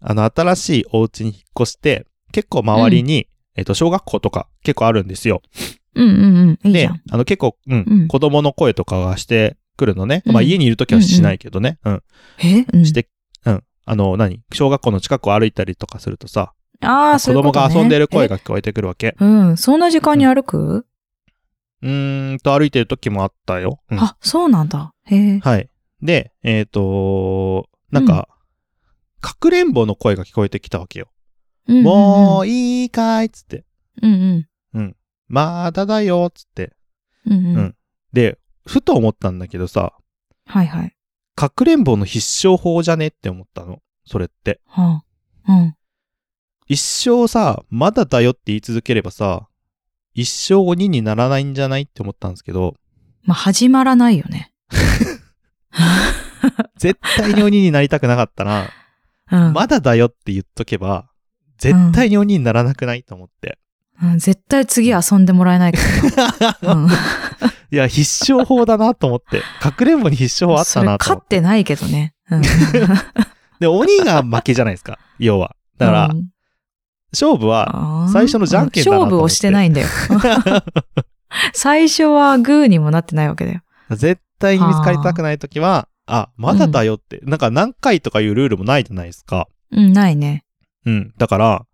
あの、新しいお家に引っ越して、結構周りに、えっと、小学校とか結構あるんですよ。うんうんうん。いいじでゃん。、あの、結構、うん、うん子供の声とかがしてくるのね。うんまあ、家にいるときはしないけどね。うん、え、うん、して、うん。あの、何小学校の近くを歩いたりとかするとさ、ああ、子そういうこ供と、ね、が遊んでる声が。が聞こえてくるわけ。うん。そんな時間に歩く、うーんと、歩いてる時もあったよ。うんあ、そうなんだ。へえ。はい。で、えっ、となんか、かくれんぼの声が聞こえてきたわけよ。うんもういいかいっつって。うんうん。まだだよっつって。うんうん。うんううんん。で、ふと思ったんだけどさ、はいはい。かくれんぼの必勝法じゃねって思ったの。それって。はあ。うん。一生さ、まだだよって言い続ければさ、一生鬼にならないんじゃないって思ったんですけど、まあ、始まらないよね。絶対に鬼になりたくなかったら、うん。まだだよって言っとけば、絶対に鬼にならなくないと思って。うん、絶対次遊んでもらえな いから。うん。いや、必勝法だなと思って。かくれんぼに必勝法あっそたれなと勝思っ。っててないけどね。うん。で、鬼が負けじゃないですか。要は。だからう、ん勝負は、あー最初のじゃんけんだなと思って勝負をし てないんだよ。最初はグーにもなってないわけだよ。絶対に見つかりたくないときは、あ、まだだよって。なんか何回とかいうルールもないじゃないですか。うん、ないね。うん。だ から、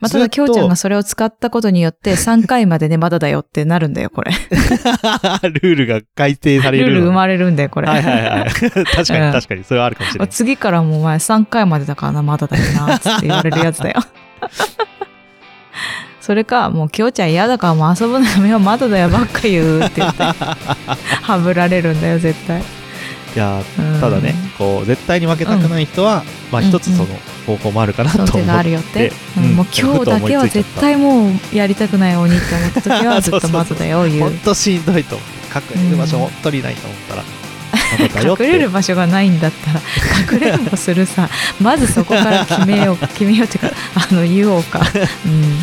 まあ、ただ、ずっきょとうちゃんがそれを使ったことによって、3回までね、まだだよってなるんだよ、これ。ルールが改定さ ルれーるのね。ル生まれるんだよ、これ。はいはいは い。確かうんに確かに。それはあるかもしれまあない。次からもうお前3回までだからな、まだだよな、つって言われるやつだよ。 それか、もう、きょうちゃん嫌だからもう遊ぶのやめよう、まだだよばっか言うって言って、はぶられるんだよ、絶対。いやー、うんただね、こう、絶対に負けたくない人は、まあ一つその方法もあるかなと思っそのて。手があるよって、うんもう今日だけは絶。対もうやりたくない鬼って思った時 はずっとまずだよ言ほうんとしんどいと思う。隠れる場所うん本当にないと思 ったら、まだだよっ隠て。れる場所がないんだったら隠れんぼするさまずそこから決めよ う決めようっていうかあの言おうかうん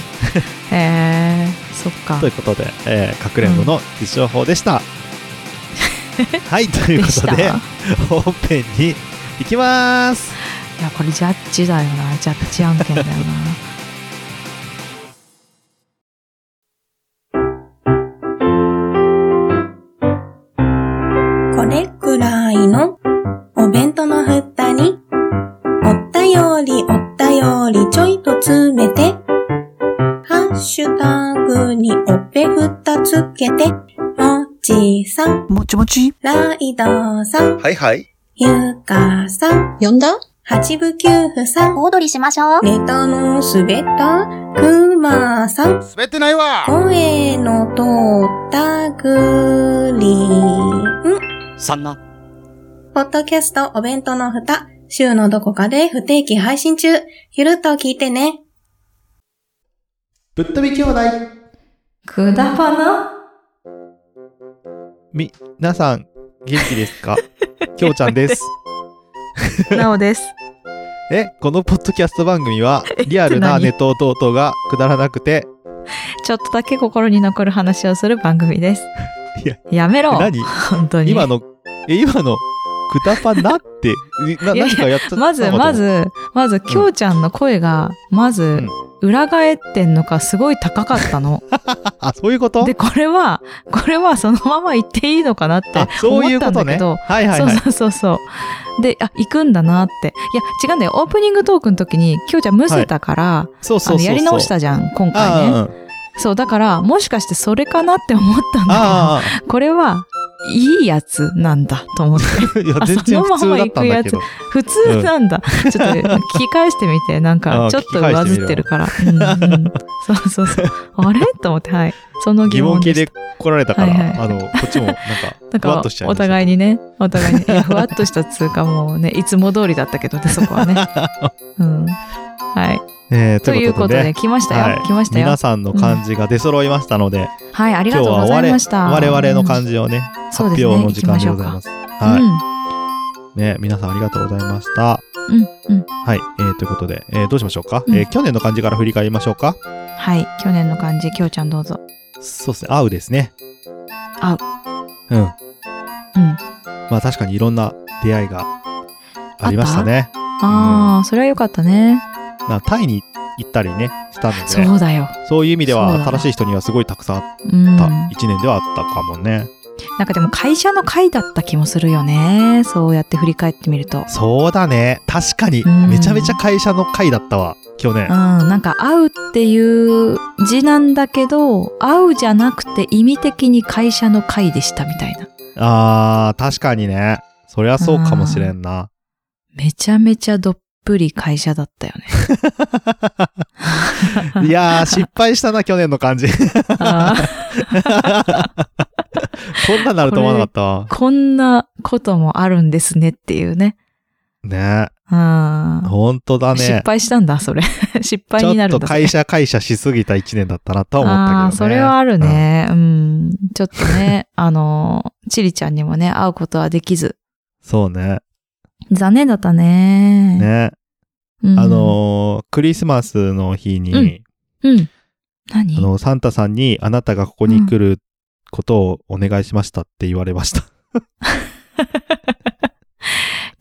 えー、そっかということで、えー、かくれんぼの必勝法でした。はい、というでこしたとで、本編に行きます。いやこれジャッジだよなジャッジ案件だよなこれくらいのお弁当のふたに、おったよりおったよりちょいと詰めて、ハッシュタグにおべふたつけて、もちさん、もちもちライドさん、はいはい。ゆかさん、呼んだ八部九夫さん、小躍りしましょう。ネタのすべた、くまさん、滑ってないわ声のとったぐりん。さんな。ポッドキャストお弁当の蓋、週のどこかで不定期配信中。ゆるっと聞いてね。ぶっ飛び兄弟 くだばなみ、皆さん、元気ですか きょうちゃんです。なおですえ、このポッドキャスト番組 は、リアルなネトウトウトウがくだらなくて、ちょっとだけ心に残る話をする番組ですいやめろ何本当に今の、え、今の、くだぱな って、えないやいや何かやっちゃったのまず、かと思うま、ず、まず、きょうちゃんの声が、まず、裏返ってんのか、すごい高かったの。あ、そういうことで、これは、これはそのまま行っていいのかなってあ、そうい思っうこたんとだけね。ど、はいはいはい。そうそうそうそう。で、あ、行くんだなって。いや、違うんだよ。オープニングトークの時に、きょうちゃんむせたから、そうそうそうあそう。の、やり直したじゃん、今あ回ね。あ、うんそう、だから、もしかしてそれかなって思ったんだあけど、これは、いいやつなんだ と思って。あ、いや、あ全然普その通ままだっ行たくんだやけつど。普通なんだ。ちょっと聞き返してみて、なんかあ、ちょっと上ずってるから。うんうんそうそうそう。あれと思って、はい。その疑疑問問で系しでた。来られたから、はいはいあの、こっちもなんか、 なんふわっとしちかゃ、いまおした。互いにね、お互いに、い やふわっとした通貨もうね、いつも通りだったけどね、そ こはね。うん。はい。えーとといいううここととで、で、来ましたよ。はい来ましたよ皆。さんの漢字が出揃いましたので、はい、あり今が日とうはございました。我々の漢じ。字をね、発そうです表ねの時間でございます。はい。うね、皆さんありがとうございました。ん。うん。うん。はい。えーということで、えーどうしましょうか、うんえー去年の漢字から振り返りましょうかはい。去年の漢字、きょうちゃんどうぞ。そうですね。合うですね。合う。うん。うん。うんまあ確かにいろんな出会いがありましたね。ああ、それはよかったね。なタイに行ったりね、したので、そそうだよ。ういう意味でそうはだな新しい人にはすごいたくさんあっうん。た、な一年ではあったかもね。んかでも会社の会だった気もするよね。そうやって振り返ってみると。うん。そうだね。確かに、うんめちゃめちゃ会社の会だったわ、去年。なんか会うっていう字なんだけど、会うじゃなくて意味的に会社の会でしたみたいな。あー、確かにね。そりゃそうかもしれんな。めちゃめちゃどっぷり会社だったよ ね。いやー、失敗したな、去年の感じ。 あーこんなになると思わなかったわ。こんなこともあるんですねっていうね。ねうん。ほんとだ失ね。敗したんだ、それ。 失敗ちょになっるんとだ。会社会社しすぎた一年だったなとは思ったけどね。あーそれはあるね。うん。ちょっとね、 あの、チリちゃんにもね、会うことはできず。そうね。残念だったね。ね。うん、あ、のークリスマスの日に、うん。何あの、サンタさんにあなたがここに来ることをお願いしましたって言われま した。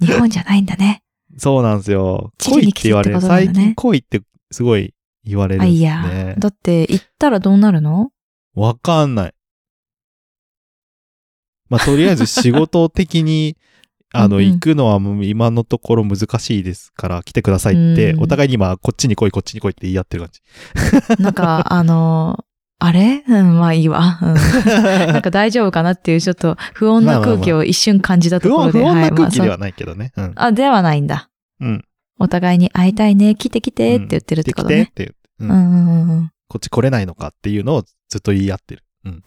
日本じゃないんだね。そうなんですよ。チ恋っリにて来て言わっれてる。ことなんだね最近恋ってすごい言われるあ、んでいすや。ね。だって、行ったらどうな るのわかんない。まあ、とりあえず仕事的 に、あうの、んうん行くのはもう今のところ難しいですから来てくださいって、うんお互いに今、こっちに来い、こっちに来いって言い合ってる感じ。なんか、あの、あれうん、まあいい わ。うんなんか大丈夫かなっていう、ちょっと不穏な空気を一瞬感じたと不こ穏、ろ不で。穏なま空あ気そではないけどね。うん。あ、ではないんだ。うん。お互いに会いたいね、来て来てって言ってるってことでねき。てって言って、ううんんうんうんうん。こっち来れないのかっていうのをずっと言い合ってる。うん。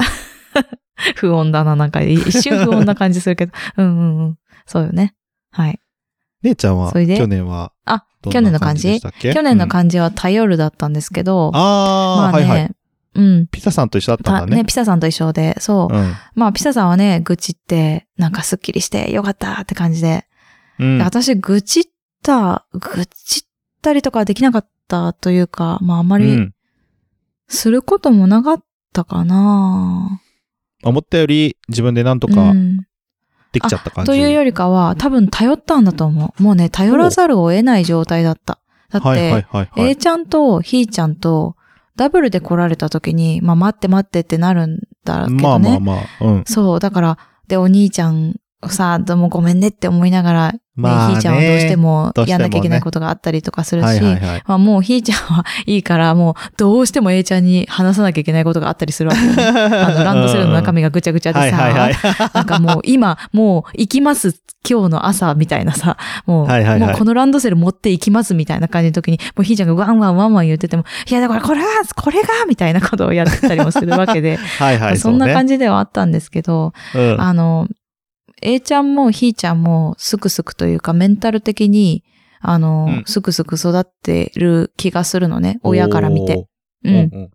不穏だな、なんかい一瞬不穏な感じするけど。 うんうんうん。そうよね。はい。姉ちゃんは、それで去年は、あ、ど去ん年なの感感じでじしたっけ去年のじ。感じは頼るだったんですけど。うんあー、まあね、はいはい。うん。ピザさんと一緒だったたんだねね、。ピサさんと一緒で、そう。まあ、ピサさんはね、愚痴って、なんかスッキリしてよかったって感じで。うん。でうん。私、愚痴った、愚痴ったりとかできなかったというか、まあ、あまうりんすることもなかったかな、思ったより自分でなんとうかんできちゃった感じ。というよりかは、多分頼ったんだと思う。もうね、頼らざるを得ない状態だった。だって、はいはいはいはい。 A ちゃんとひーちゃんと、ダブルで来られた時に、まあ待って待ってってなるんだけどね。まあまあまあ、うん。そう、だから、で、お兄ちゃんさ、どうもごめんねって思いながら、ねまあねひーちゃんはどうしてもどうしてもねやんなきゃいけないことがあったりとかするし、はいはいはい。まあもうひーちゃんはいいから、もうどうしても A ちゃんに話さなきゃいけないことがあったりするわけよ ね。あの、ランドセルの中身がぐちゃぐちゃでさ、はいはいはい。なんかもう今、もう行きます、今日の朝みたいなさ、もう、はいはいはいもうこのランドセル持って行きますみたいな感じの時に、もうひーちゃんがワンワンワンワン言ってても、いやだからこれは、これがみたいなことをやってたりもするわけで、 はいはい。 そんな感じ。じではあったんですけど、うん。あの、A ちゃんもひーちゃんもすくすくというかメンタル的に、あの、うんすくすく育ってる気がするのね、親から見て。おうー。ん。うんっ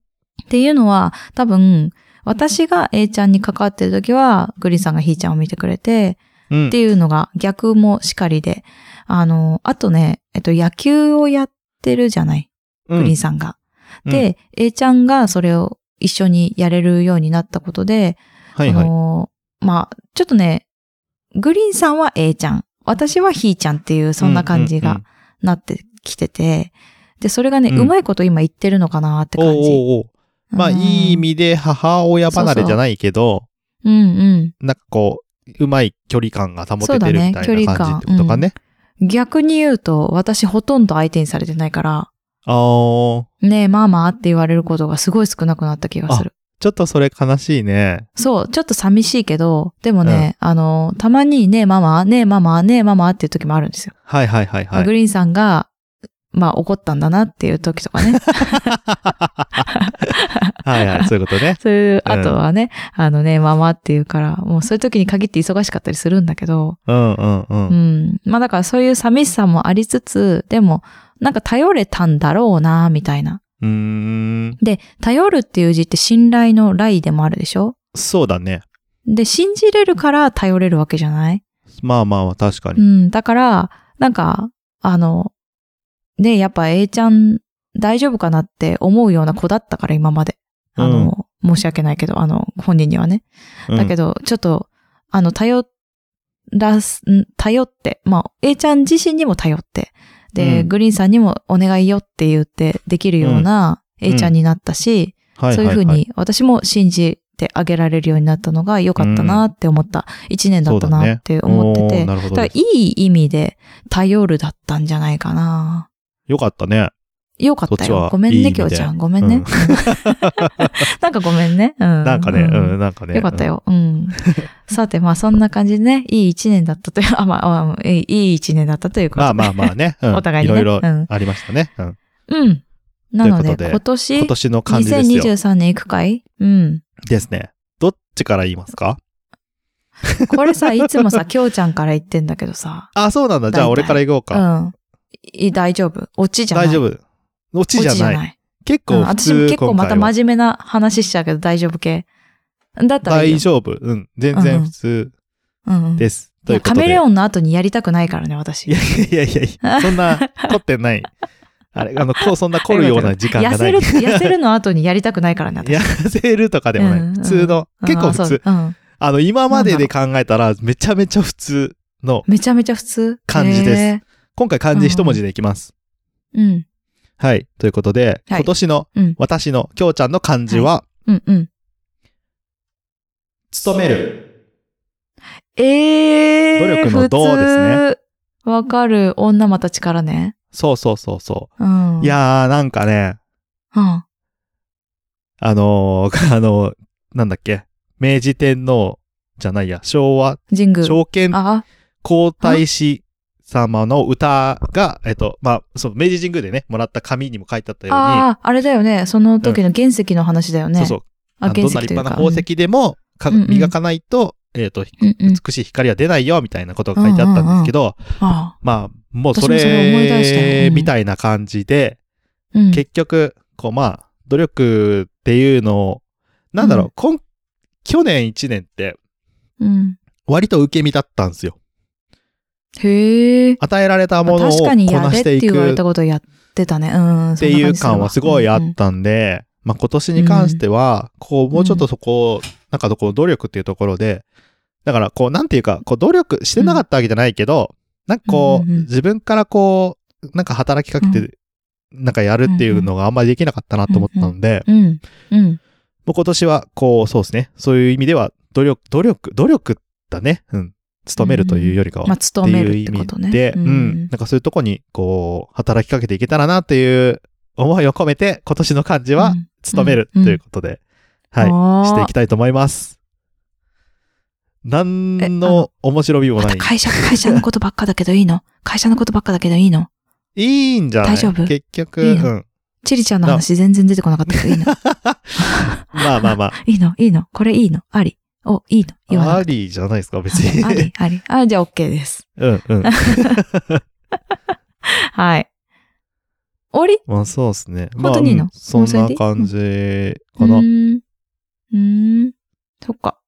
ていうのは、多分、私が A ちゃんに関わってる時は、グリーンさんがひーちゃんを見てくれて、うん。っていうのが逆もしかりで、あの、あとね、えっと、野球をやってるじゃない、うんグリーンさんが。うんで、A ちゃんがそれを一緒にやれるようになったことで、はいはあい。のーまあ、ちょっとね、グリーンさんは A ちゃん、私はひーちゃんっていう、そんな感じうんうんがなってきてて、で、それがね、ううんまいこと今言ってるのかなっておー感おじ。ーおーまあ、うんいい意。味で母親離れじゃないけど、うんなんかこう、うまい距離感が保ててるみたそうだいねな感じってことかね。うん。逆に言うと、私ほとんど相手にされてないから、あー、ねえ、まあまあって言われることがすごい少なくなった気がする。ちょっとそれ悲しいね。そう、ちょっと寂しいけど、でもね、あのー、たまにねえママ、ねえママ、ねえママっていう時もあるんですよ。はいはいはいはいグ。リーンさんが、まあ怒ったんだなっていう時とかね。はいはい、そういうこと ね。そういう、うんあとはね、あのね、ママっていうから、もうそういう時に限って忙しかったりするんだけど、うんうんう。うんん。まあだからそういう寂しさもありつつ、でも、なんか頼れたんだろうな、みたいな。うーん。で、頼るっていう字って信頼の来でもあるでしょそうだね。で、信じれるから頼れるわけじゃないまあまあまあ、確かうに。ん。だから、なんか、あの、ね、やっぱ A ちゃん大丈夫かなって思うような子だったから、今まで。あの、申し訳ないけど、あの、本人にはね。だけど、ど、ちょっと、あの、頼らす、ん頼って、まあ、A ちゃん自身にも頼って、で、うんグリーンさんにもお願いよって言ってできるような A ちゃんになったし、はいはいはい。そういうふうに私も信じてあげられるようになったのが良かったなって思った一年だったなって思っておて、ーだなるほどからでいす。い意味で頼るだったんじゃないかな。よかったね。よかったそっちよは。ごめんいい意ね、味できょうちゃん。ごめんね。うん なんかごめんね。うん、なんかね、うん、なんかね。よかったよ。うん。さて、まあそんな感じでね、いい一年だったという、 あ、まあまあ、いいいい一年だったといううん。ことまで。あまあ まあね。うんお互いにねいろいうんろありましたね。うん。うん。なのといで、うことで今年、今年の感じですよ。 2023年行くかいうん。ですね。どっちから言いますかこれさ、いつもさ、きょうちゃんから言ってんだけどさ。あ、そうなんだ。じゃあ大体俺から行こううか。ん。い大丈夫。オチじゃない。大丈オ夫。オチチじゃない。い。結うん、構普私通、も結構また今回は真面目な話しちゃうけど大丈夫系。だったらいいよ。大丈夫。うん。全然普通うん。です。いといやうこカとで。メレオンの後にやりたくないからね、い私。やいやいやいや、そんな凝ってない。あれ、あの、こう、そんな凝るような時間が痩なせい。る、痩せるの後にやりたくないからね、私。痩せるとかでもない。うんうん普通の、結構普あそう通。うん。あの、今までで考えたら、めちゃめちゃ普通の、めちゃめちゃ普通。感じですへ今回漢字一文字でいきます。ー。うん。はい。ということで、はい今年のうん、私の、きょうちゃんの漢字は、うん、うん。勤める。えー。努力の道ですね普通。わかる。女また力ね。そうそうそうそうう。ん。い、やー、なんかね、うん。あのー あのーなんだっけ、明治天皇じゃないや、昭和、神宮。昭憲あ、皇太子様の歌が、えっと、まあ、そう、明治神宮でね、もらった紙にも書いてあったように、ああ、あれだよね。その時の原石の話だよね。そうそう、ああ、のどん原な石立という派なか。宝石でも、かうんうん磨かないと、えっと、うんうん。美しい光は出ないよ、みたいなことが書いてあったんですけど、ああまあ、もうそ私もそれ思い出したれ、うんみたいな感じで、うん。結局、こう、まあ、努力っていうのを、なんだろうう、こん去年1年って、うん。割と受け身だったんですよ。へえ。与えられたまあものを確こかにやなれっしててい言われくたことやってたね。うん。っていう感はすごいあったんで、まあ今年に関しては、こうもうちょっとそこを、なんかこう努力っていうところで、だからこうなんていうか、こう努力してなかったわけじゃないけど、なんかこううんうんうん自分からこう、なんか働きかけうて、なんかやるっていうのがあんまりできなかったなと思ったんで、た。うん。うん。もう今年はこうそうですね、そういう意味では努力、努力、努力だね。うん。勤めるというよりかはまあ、。っ勤てめいうるっ意てこ味とね。で、うん、なんかそういうとこに、こう、働きかけていけたらなっていう思いを込めて、今年の漢字は、勤めるうんということで、はい、はしていきたいと思います。何えあのの面白みもまなたい。会社、会社のことばっかだけどいいの会社のことばっかだけどいいのいいんじゃない大丈夫結局、いいのうん。チリちゃんの話全然出てこなかったけどいいのまあまあまいいのいいのこれいいのありお、いいの 言わあ、なあくてりじゃないですか、別 あに。り、あり。あ、じゃあ OK です。 うんうん。はい。終わまあそうですね。本当にいいのまあうんそもうそれんでいない感じりかなう。ーん。うーん。そっか。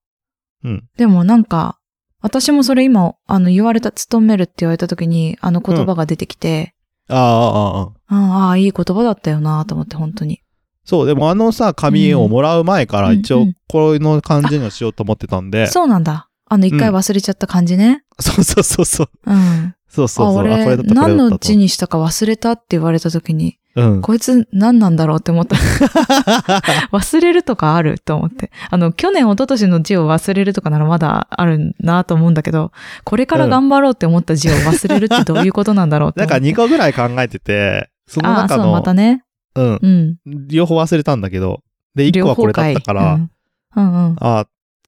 うん。でもなんか、私もそれ今、あの、言われた、勤めるって言われた時に、あの言葉が出てきて、ああ、ああ、ああ。うん、ああ、いい言葉だったよなと思って、本当に。そう、でもあのさ、紙をもらう前からうん一う応んうんこの感じにはしようと思ってたんで。そうなんだ。あの、一回うん忘れちゃった感じね。そうそうそうそう。うん。そうそうそう。あ、俺、これだった何のうちににしたか忘れたって言われた時に、うん。こいつ何なんだろうっ て思った。忘れるとかあると思って。あの、去年、一昨年の字を忘れるとかならまだあるなと思うんだけど、これから頑張ろうって思った字を忘れるってどういうことなんだろうってなん思かって。 2個ぐらい考えてて、そのああ、中そう、の、またね。うん、うん。両方忘れたんだけど、で、1個はこれだったから、うんうんうん。ああ、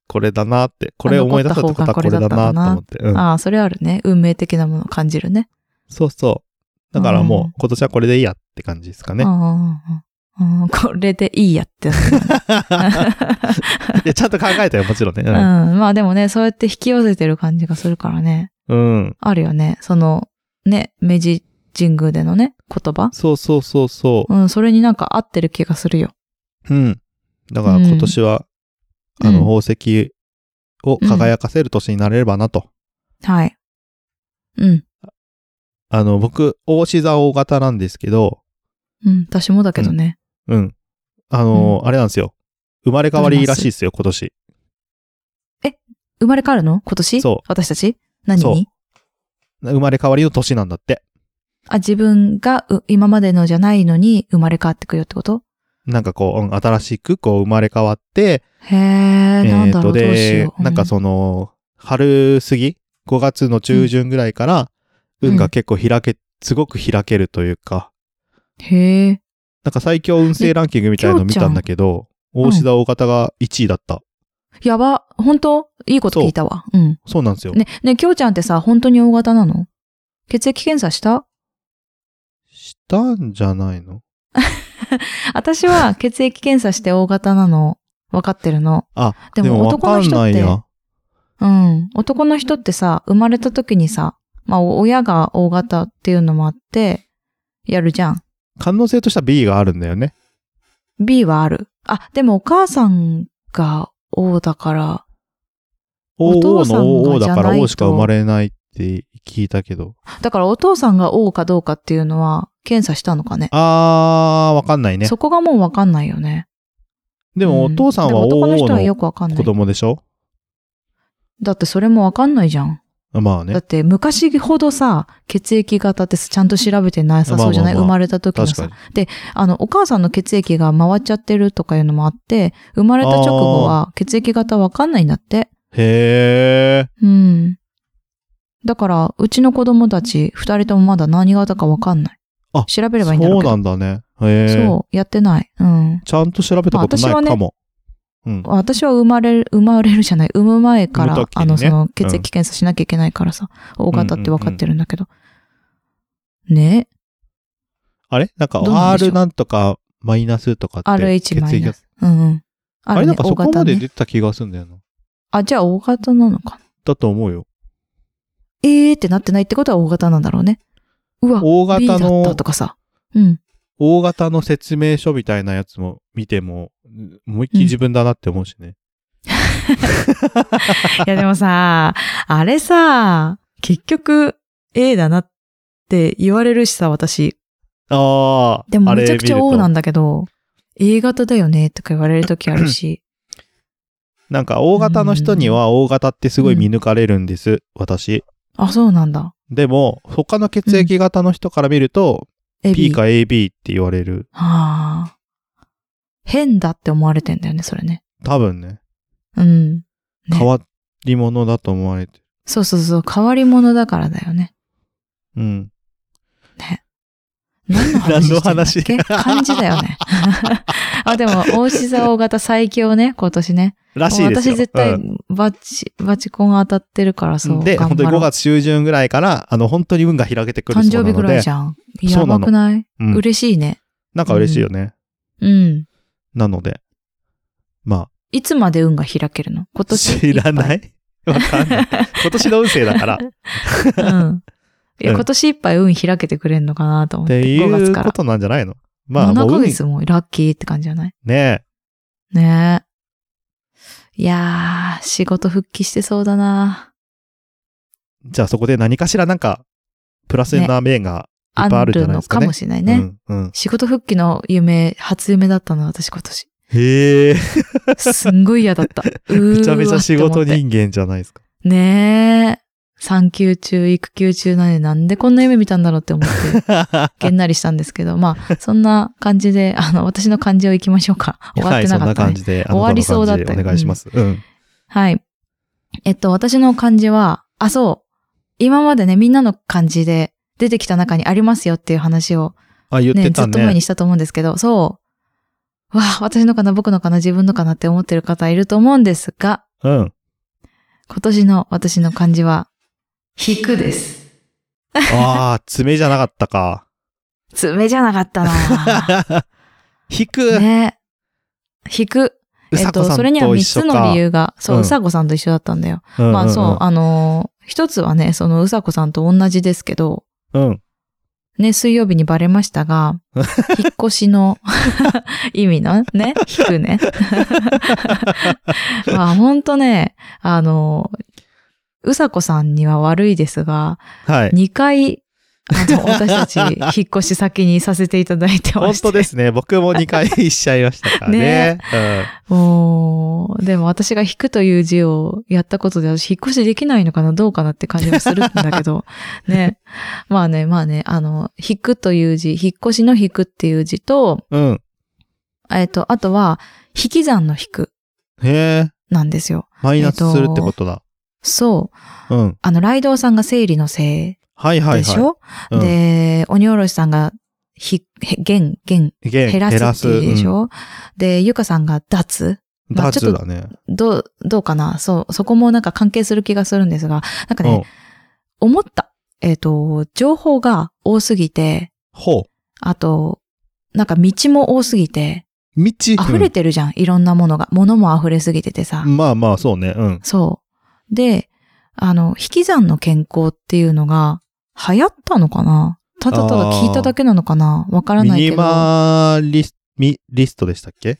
これだなって、これ思い出したってことはこれだなと思って。うん。ああ、それあるね。運命的なものを感じるね。そうそう。だからうもんう今年はこれでいいやって感じですかね う。んうんうんうんこれでいいやってなるよね。いやちゃんと考えたよ、もちろんね。うん。 うまあでもね、そうやって引き寄せてる感じがするからね。ん。うん。あるよね。その、ね、明治神宮でのね、言葉。そうそうそうそう。うん、それになんか合ってる気がするよ。うん。だから今年は、うんあうの、ん宝石を輝かせる年になれればなと。はい。うん。あの、僕、大志座大型なんですけど、うん、私もだけどね。うん。あのーあれなんですよ。生まれ変わりらしいですよ、今年。生まれ変わるの今年そう私たち何そうに生まれ変わりの年なんだって。あ、自分がう今までのじゃないのに生まれ変わってくよってことなんかこう、うん新しくこう生まれ変わって、へえ、なんーだろう、どうしでよ、う。なんかその、春過ぎ、5月の中旬ぐらいから、うん運が結構開け、すごく開けるというか、うん。へえ、なんか最強運勢ランキングみたいの見たんだけど、ょうちゃん大志田大方が1位だった。やば、本当いいこと聞いたわ。うん。そうなんですよ。ね、ね、きょうちゃんってさ、本当に O 型なの血液検 査したしたんじゃないの私は血液検査して O 型なの、分かってるの。あ、ででももわ男かのん人なっいてや。うん。男の人ってさ、生まれた時にさ、まあ、お親が O 型っていうのもあって、やるじゃん。可能性としては B があるんだよね。 B はある。あ、でもお母さんが O だから、お OO 父さんがの OO だかじゃならいと O しか生まれないって聞いたけど。だからお父さんが O かどうかっていうのは検査したのかね。あー、わかんないね。そこがもうわかんないよね。でもおうん父さんはでも男の OO 人はよのくわかんな子い。供でしょだってそれもわかんないじゃん。まあだねっ。て昔ほどさ、血液型ってちゃんと調べてなさそうじゃない、まあまあまあ生まれた時の確かさに。。あの、お母さんの血液が回っちゃってるとかいうのもあって、生まれた直後は血液型わかんないんだって。へー。うん。だから、うちの子供たち、二人ともまだ何型かわかんない。あ調べればいいんだそううろけど。なんだね。へそうー。やってない。うん。ちゃんと調べたことまあ私はないねかも。うん。私は生まれる、生まれるじゃない、生む前から、産む時あにねの、その、血液検査しなきゃいけないからさ、大型って分かってるんだけど。ねあれなんかどうなんでしょ R うなんとかマイナスとかって。 RH マイナ型ス。うんうん。ああるれねなんかそこま大型でね。出てた気がするんだよな。あ、じゃあ大型なのかな。だと思うよ。えーってなってないってことは大型なんだろうね。うわ、大 B だ型ったのと、かさ。うん。大型の説明書みたいなやつも見ても、うん思いっきり自分だなって思うしね。 いやでもさ、あれさ、結局 A だなって言われるしさ、私。ああ。でもめちゃくちゃ O なんだ。だけど、A 型だよねとか言われるときあるし。なんか大型の人には大型ってすごい見抜かれるんです、私。あ、そうなんだ。でも、他の血液型の人から見ると、 A、 P か AB って言われる。はあ。変だって思われてんだよね、それね。多分ね、うん。ね変わり者だと思われてる。そうそうそう、変わり者だからだよね。うん。何の話してんだっけ何の話漢字だよね。 あ、でも、大志座大型最強ね、今年ね。らしいですよ。私絶対うんバチ、バチコン当たってるからそう。で、頑本張当にろう5月中旬ぐらいから、あの、本当に運が開けてくるそうな誕の生で。日ぐらいじゃん。そやうなばのくない、うん嬉しいね。なんか嬉しいよね。うん。なので。まいつまで運が開けるの今あ、年知らないっい わかん ない。今年の運勢だから。っぱい。うん。いや、うん今年いっぱい運開けてくれるのかなと思って。て5い月うかこら。となんじゃないのまあ、も7ヶう運月もラッキーって感じじゃないねねえ。いやー、仕事復帰してそうだなじゃあそこで何かしらなんか、プラスな面がいっぱいあるんじゃないのですかかね。もしれないね。うん、うん。仕事復帰の夢、初夢だったの、私今年。へえ、すんごい嫌だった。 めめちゃめちゃ仕事。人間じゃないですか。ねえ。産休中、育休中なんで、なんでこんな夢見たんだろうって 思って、げんなりしたんですけど、まあ、そんな感じで、あの、私の感じを行きましょうか。 終わって はい、なかった、ね。そんな感じで、あ終わりそうだったなたの感じでお願いします。うん。はい。えっと、私の漢字は、あ、そう。今までね、みんなの漢字で出てきた中にありますよっていう話をあ、言っね、てずたっと前ねに。したと思うんですけど、そう。わあ、私のかな、僕のかな、自分のかなって思ってる方いると思うんですが、うん。今年の私の漢字は、引くです。ああ、爪じゃなかった か。爪じゃなかっ たな引く、ね。引く。うえっ、さことさんそれにはと一3つ緒のか理。由が、そう、ううんさこさんと一緒だったんだよ。うんうんうんまあそう、あのー一つはね、そのうさこさんと同じですけど、うん。ね、水曜日にバレまし たが、引っ越しの 意味のね、引くね。 まあ本当ね、あの、うさこさんには悪いですが、はい。 2回あの、私たち、 引っ越し先にさせていただいてま本して。当で。すね。僕も2回しちゃいましたからね。もう、でも私が引くという字をやったことで、私引っ越しできないのかな、どうかなって感じはするんだ けど、ね。まあね、まあね、あの、引くという字、引っ越しの引くっていう字と、うん。うん。えっと、あとは、引き算の引くへえ。なんですよ。マイナスするってことだ。そう。うん。あの、ライドウさんが生理のせはいいはいはい。でしょ、うんで、鬼おろしさんが、ひ、へ、減、減、減減らすっていう字でしうんょ、で、ゆかさんが脱まあちょっ脱だとね。どう、どうかなそう、そこもなんか関係する気がするんですが、なんかうね、ん。思った。えっ、と、情報が多すぎて、ほあと、なんか道も多すぎて、う。道。溢れてるじゃん、いろんなものが。物も溢れすぎててさ。うんまあまあ、そうね。うん。そう。で、あの、引き算の健康っていうのが流行ったのかなただただ聞いただけなのかなわからミないけど。ニマリス、ミリストでしたっけ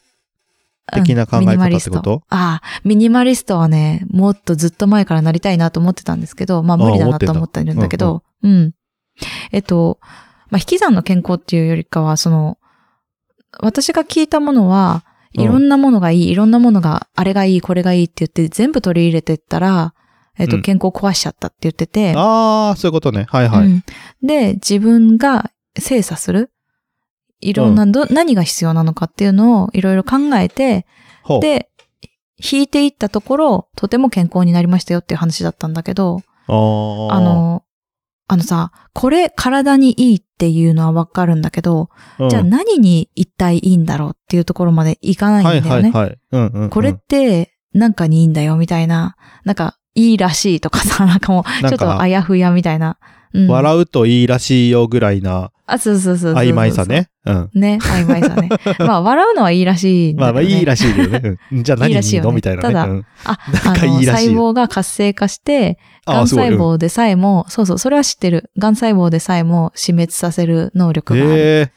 うん的な考え方ミニマリストってことああ、ミニマリストはね、もっとずっと前からなりたいなと思ってたんですけど、まあああ無理だなと思思っっててるたんだけど、うん、えっと、まあ引き算の健康っていうよりかは、その、私が聞いたものは、うんいろんなものがいい、いろんなものが、あれがいい、これがいいって言って全部取り入れてったら、えっうと、ん健康壊しちゃったって言ってて、ああ、そういうことね。はいはい。うんで、自分が精査する、いろんなど、何が必要なのかっていうのをいろいろ考えて、ほう。で、引いていったところ、とても健康になりましたよっていう話だったんだけど、あーあ、の、あのさ、これ体にいいっていうのはわかるんだけど、うんじゃあ何に一体いいんだろうっていうところまでいかないんだはよいね。はいはい。うんうんうん。これってなんかにいいんだよみたいな、なんかいいらしいとかさ、なんかもうなんかちょっとあやふやみたいな。うん、笑うといいらしいよぐらいなあ、そうそうそうそうそう曖昧さ。ね。うん。ね、曖 昧さね。まあ、笑うのはいいらしいんまあだけど、まあね。いいらしいよね。 うんじゃあ何にいいいいらしいよのねみたいなたねだうん。あ、なんかあのいいらしい細よ胞が活性化して、あ癌あ、すご細い。うん胞でさえも、そうそう、それは知ってる。癌細胞でさえも死滅させる能力がある。へ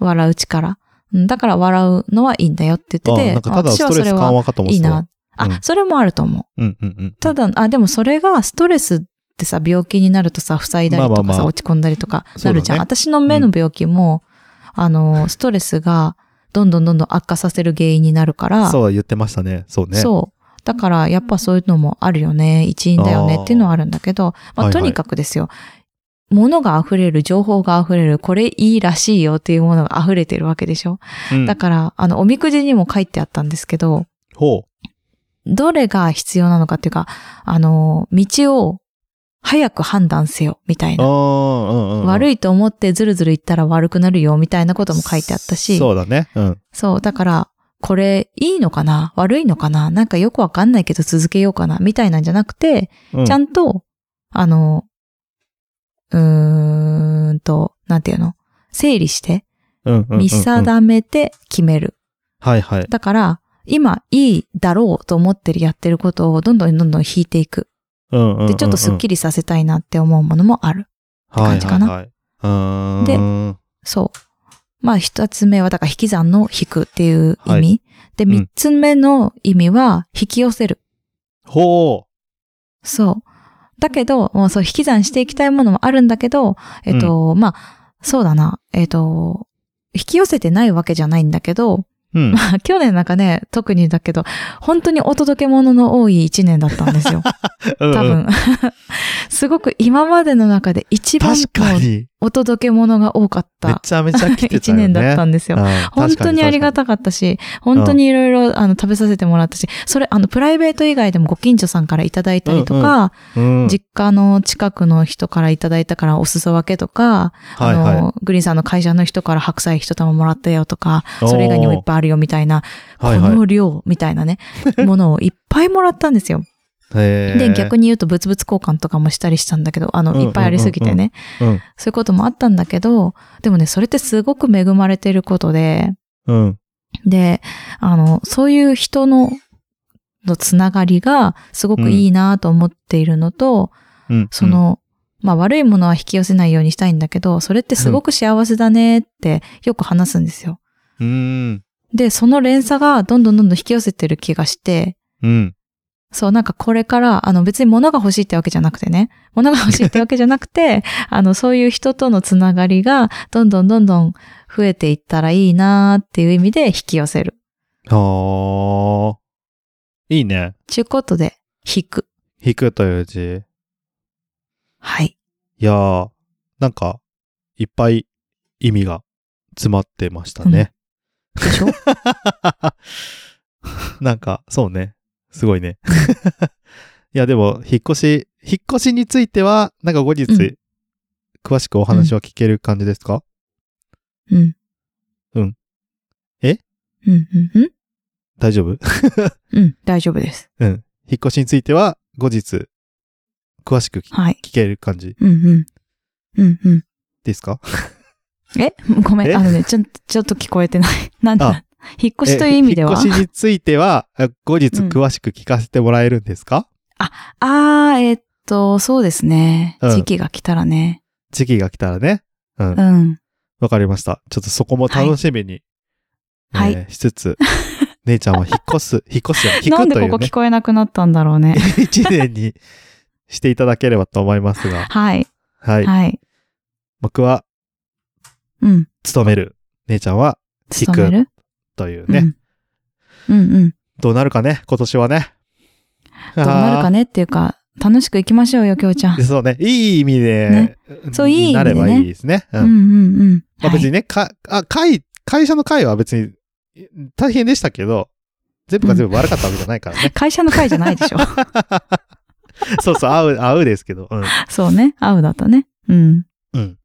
笑う力。うんだから笑うのはいいんだよってえ。言あっーなてんて、かただ私スはトそレれス緩は和かと思っいていたわ。な。あ、うんそれもあると思うんうんうん。う。ただ、あ、でもそれがストレスってさ、病気になるとさ、塞いだりとかさ、まあまあまあ落ち込んだりとかなるじそうだゃん。ね私の目の病気も、あの、ストレスがどんどんどんどん悪化させる原因になるから、そう言ってましたね。そうね。そう。だから、やっぱそういうのもあるよね。一因だよねっていうのはあるんだけど、まはあ、いとはいにかくですよ。物が溢れる、情報が溢れる、これいいらしいよっていうものが溢れてるわけでしょ。うんだから、あの、おみくじにも書いてあったんですけど、ほ。どれが必要なのかっていうか、あの、道を早く判断せよ、みたいうな。ああ、うんうんうん。悪いと思ってずるずる言ったら悪くなるよ、みたいなことも書いてあったし。そうだね。うん。そう、だから、これいいのかな悪いのかななんかよくわかんないけど続けようかなみたいなんじゃなくて、うちゃんと、あの、うーんと、なんていうの整理して、うんうんう見んうん定めて決める。はいはい。だから、今いいだろうと思ってるやってることをどんどんどんどん引いていく。うんうんうんうんで、ちょっとスッキリさせたいなって思うものもある。て感じかなはいはいはいうーん。でうんそう。まあ、一つ目は、だから引き算の引くっていう意味。はで、ん三つ目の意味は、引き寄せる。ほそう。だけど、もうそう、引き算していきたいものもあるんだけど、えっと、まあ、そうだな、えっと、引き寄せてないわけじゃないんだけど、 う。うん。まあ去年なんかね、特にだけど、本当にお届け物の多い一年だったんですよ。 うんうん多分。 すごく今までの中で一番確かに。お届け物が多かっめたちゃめちゃ来てた 一よね。年だったんですよ。うん本当にありが確かたかったし、本当にいろいろ、あの、食べさせてもらったし、それ、あの、プライベート以外でもご近所さんからいただいたりとか、にうん実家の近くの人からいただいたからお裾分けとか、はいはいあの、グリーンさんの会社の人から白菜一玉もらったよとか、おーそれ以外にもいっぱいあるよみたいな、こはいはいの量みたい なね、ものをいっぱいもらったんですよ。へーで、逆に言うと物々交換とかもしたりしたんだけど、あうんうの、んうんいっぱいありすぎてね。うんそういうこともあったんだけど、でもね、それってすごく恵まれてることで、うん。で、あの、そういう人の、のつながりがすごくいいなと思っているのと、うん。その、まあ悪いものは引き寄せないようにしたいんだけど、それってすごく幸せだねってよく話すんですよ。うん。で、その連鎖がどんどんどんどん引き寄せてる気がして、うん。そう、なんかこれから、あの別に物が欲しいってわけじゃなくてね、物が欲しいってわけじゃなくて、 あのそういう人とのつながりがどんどんどんどん増えていったらいいなーっていう意味で引き寄せる。ああ。いいね。ちゅうことで、引く。引くという字。はい。いやー、なんか、いっぱい意味が詰まってましたね。 でしょなんか、そうね。すごいね。 いや、でも、引っ越し、引っ越しについては、なんか後日、うん詳しくお話は聞ける感じですか、うん。うん。えうん、うん、うん。大丈夫うん、大丈夫です。うん。引っ越しについては、後日、詳しく聞はい。聞ける感じうん、うん。うん、うん。ですかえ ごめえん。あのね、ちょ、ちょっと聞こえてない。 なんあだ引っ越しという意味ではえ引っ。越しについては、あ後日うん詳しく聞かせてもらえるんですか、あー、えっと、そうですね。うん時期が来たらね。時期が来たらね。うん。わ、うん。かりました。ちょっとそこも楽しみに、はいえーしつつ、 姉ちゃんは引っ越す、引っ越すじゃない引なくんでというここね聞、こえなくなったんだろ うね。一年にしていただければと思います が、はい。はい。はい。僕は、うん。勤める。姉ちゃんは、引勤く。めるというね、うん。うんうん。どうなるかね、今年はね。どうなるかねっていうか、楽しく行きましょうよ、きょうちゃ ん。そうね。いい意味で、ねそういい意味でねなればいいですね。ううんん。うんうん。まあ別はにいね、か、あ、会、会社の会は別に大変でしたけど、全部が全部悪かったわけじゃないから ね。会社の会じゃない でしょ。そうそう、合う、合うですけど。うん。そうね。会うだとね。うん。うん。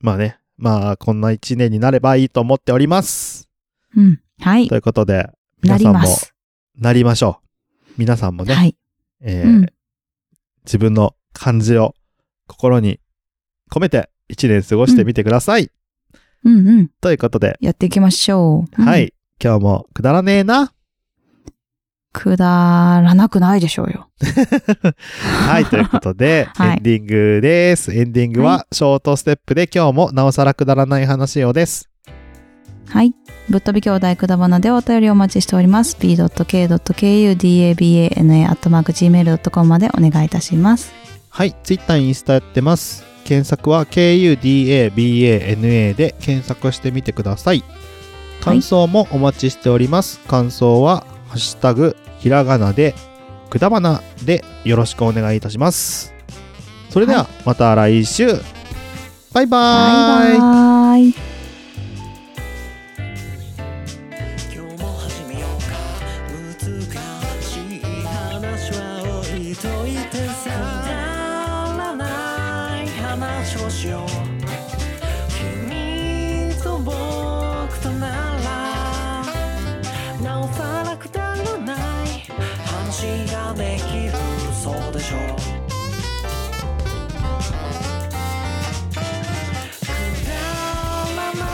まあね。まあ、こんな一年になればいいと思っております。うん。はいとい。うことで、な皆りさんまも、す。なりましょう。皆さんもね、はい。えーうん。自分の感じを心に込めて一年過ごしてみてください。うんうん。ということで、やっていきましょう。うんはい。今日もくだらねえな。くだらなくないでしょうよ。はい、ということで、はいエンディングです。エンディングはショートステップで今日もなおさらくだらない話をです。はい。ぶっ飛び兄弟くだばなでお便りお待ちしております。b.k.kudabana.gmail.com までお願いいたします。はい、ツイッター、インスタやってます。検索は KUDABANA で検索してみてください。感想もお待ちしております。感想は、ハッシュタグ、ひらがなで、くだばなでよろしくお願いいたします。それでは、また来週。バイババーイイ。バイ。今日も始めようか難しい話は置いといてさくだらない話をしよう君と僕とならなおさらくだらない話ができるそうでしょうくだらな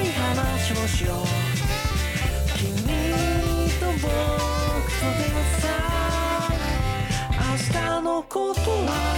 い話をしよう「君と僕とでさ」「明日のことは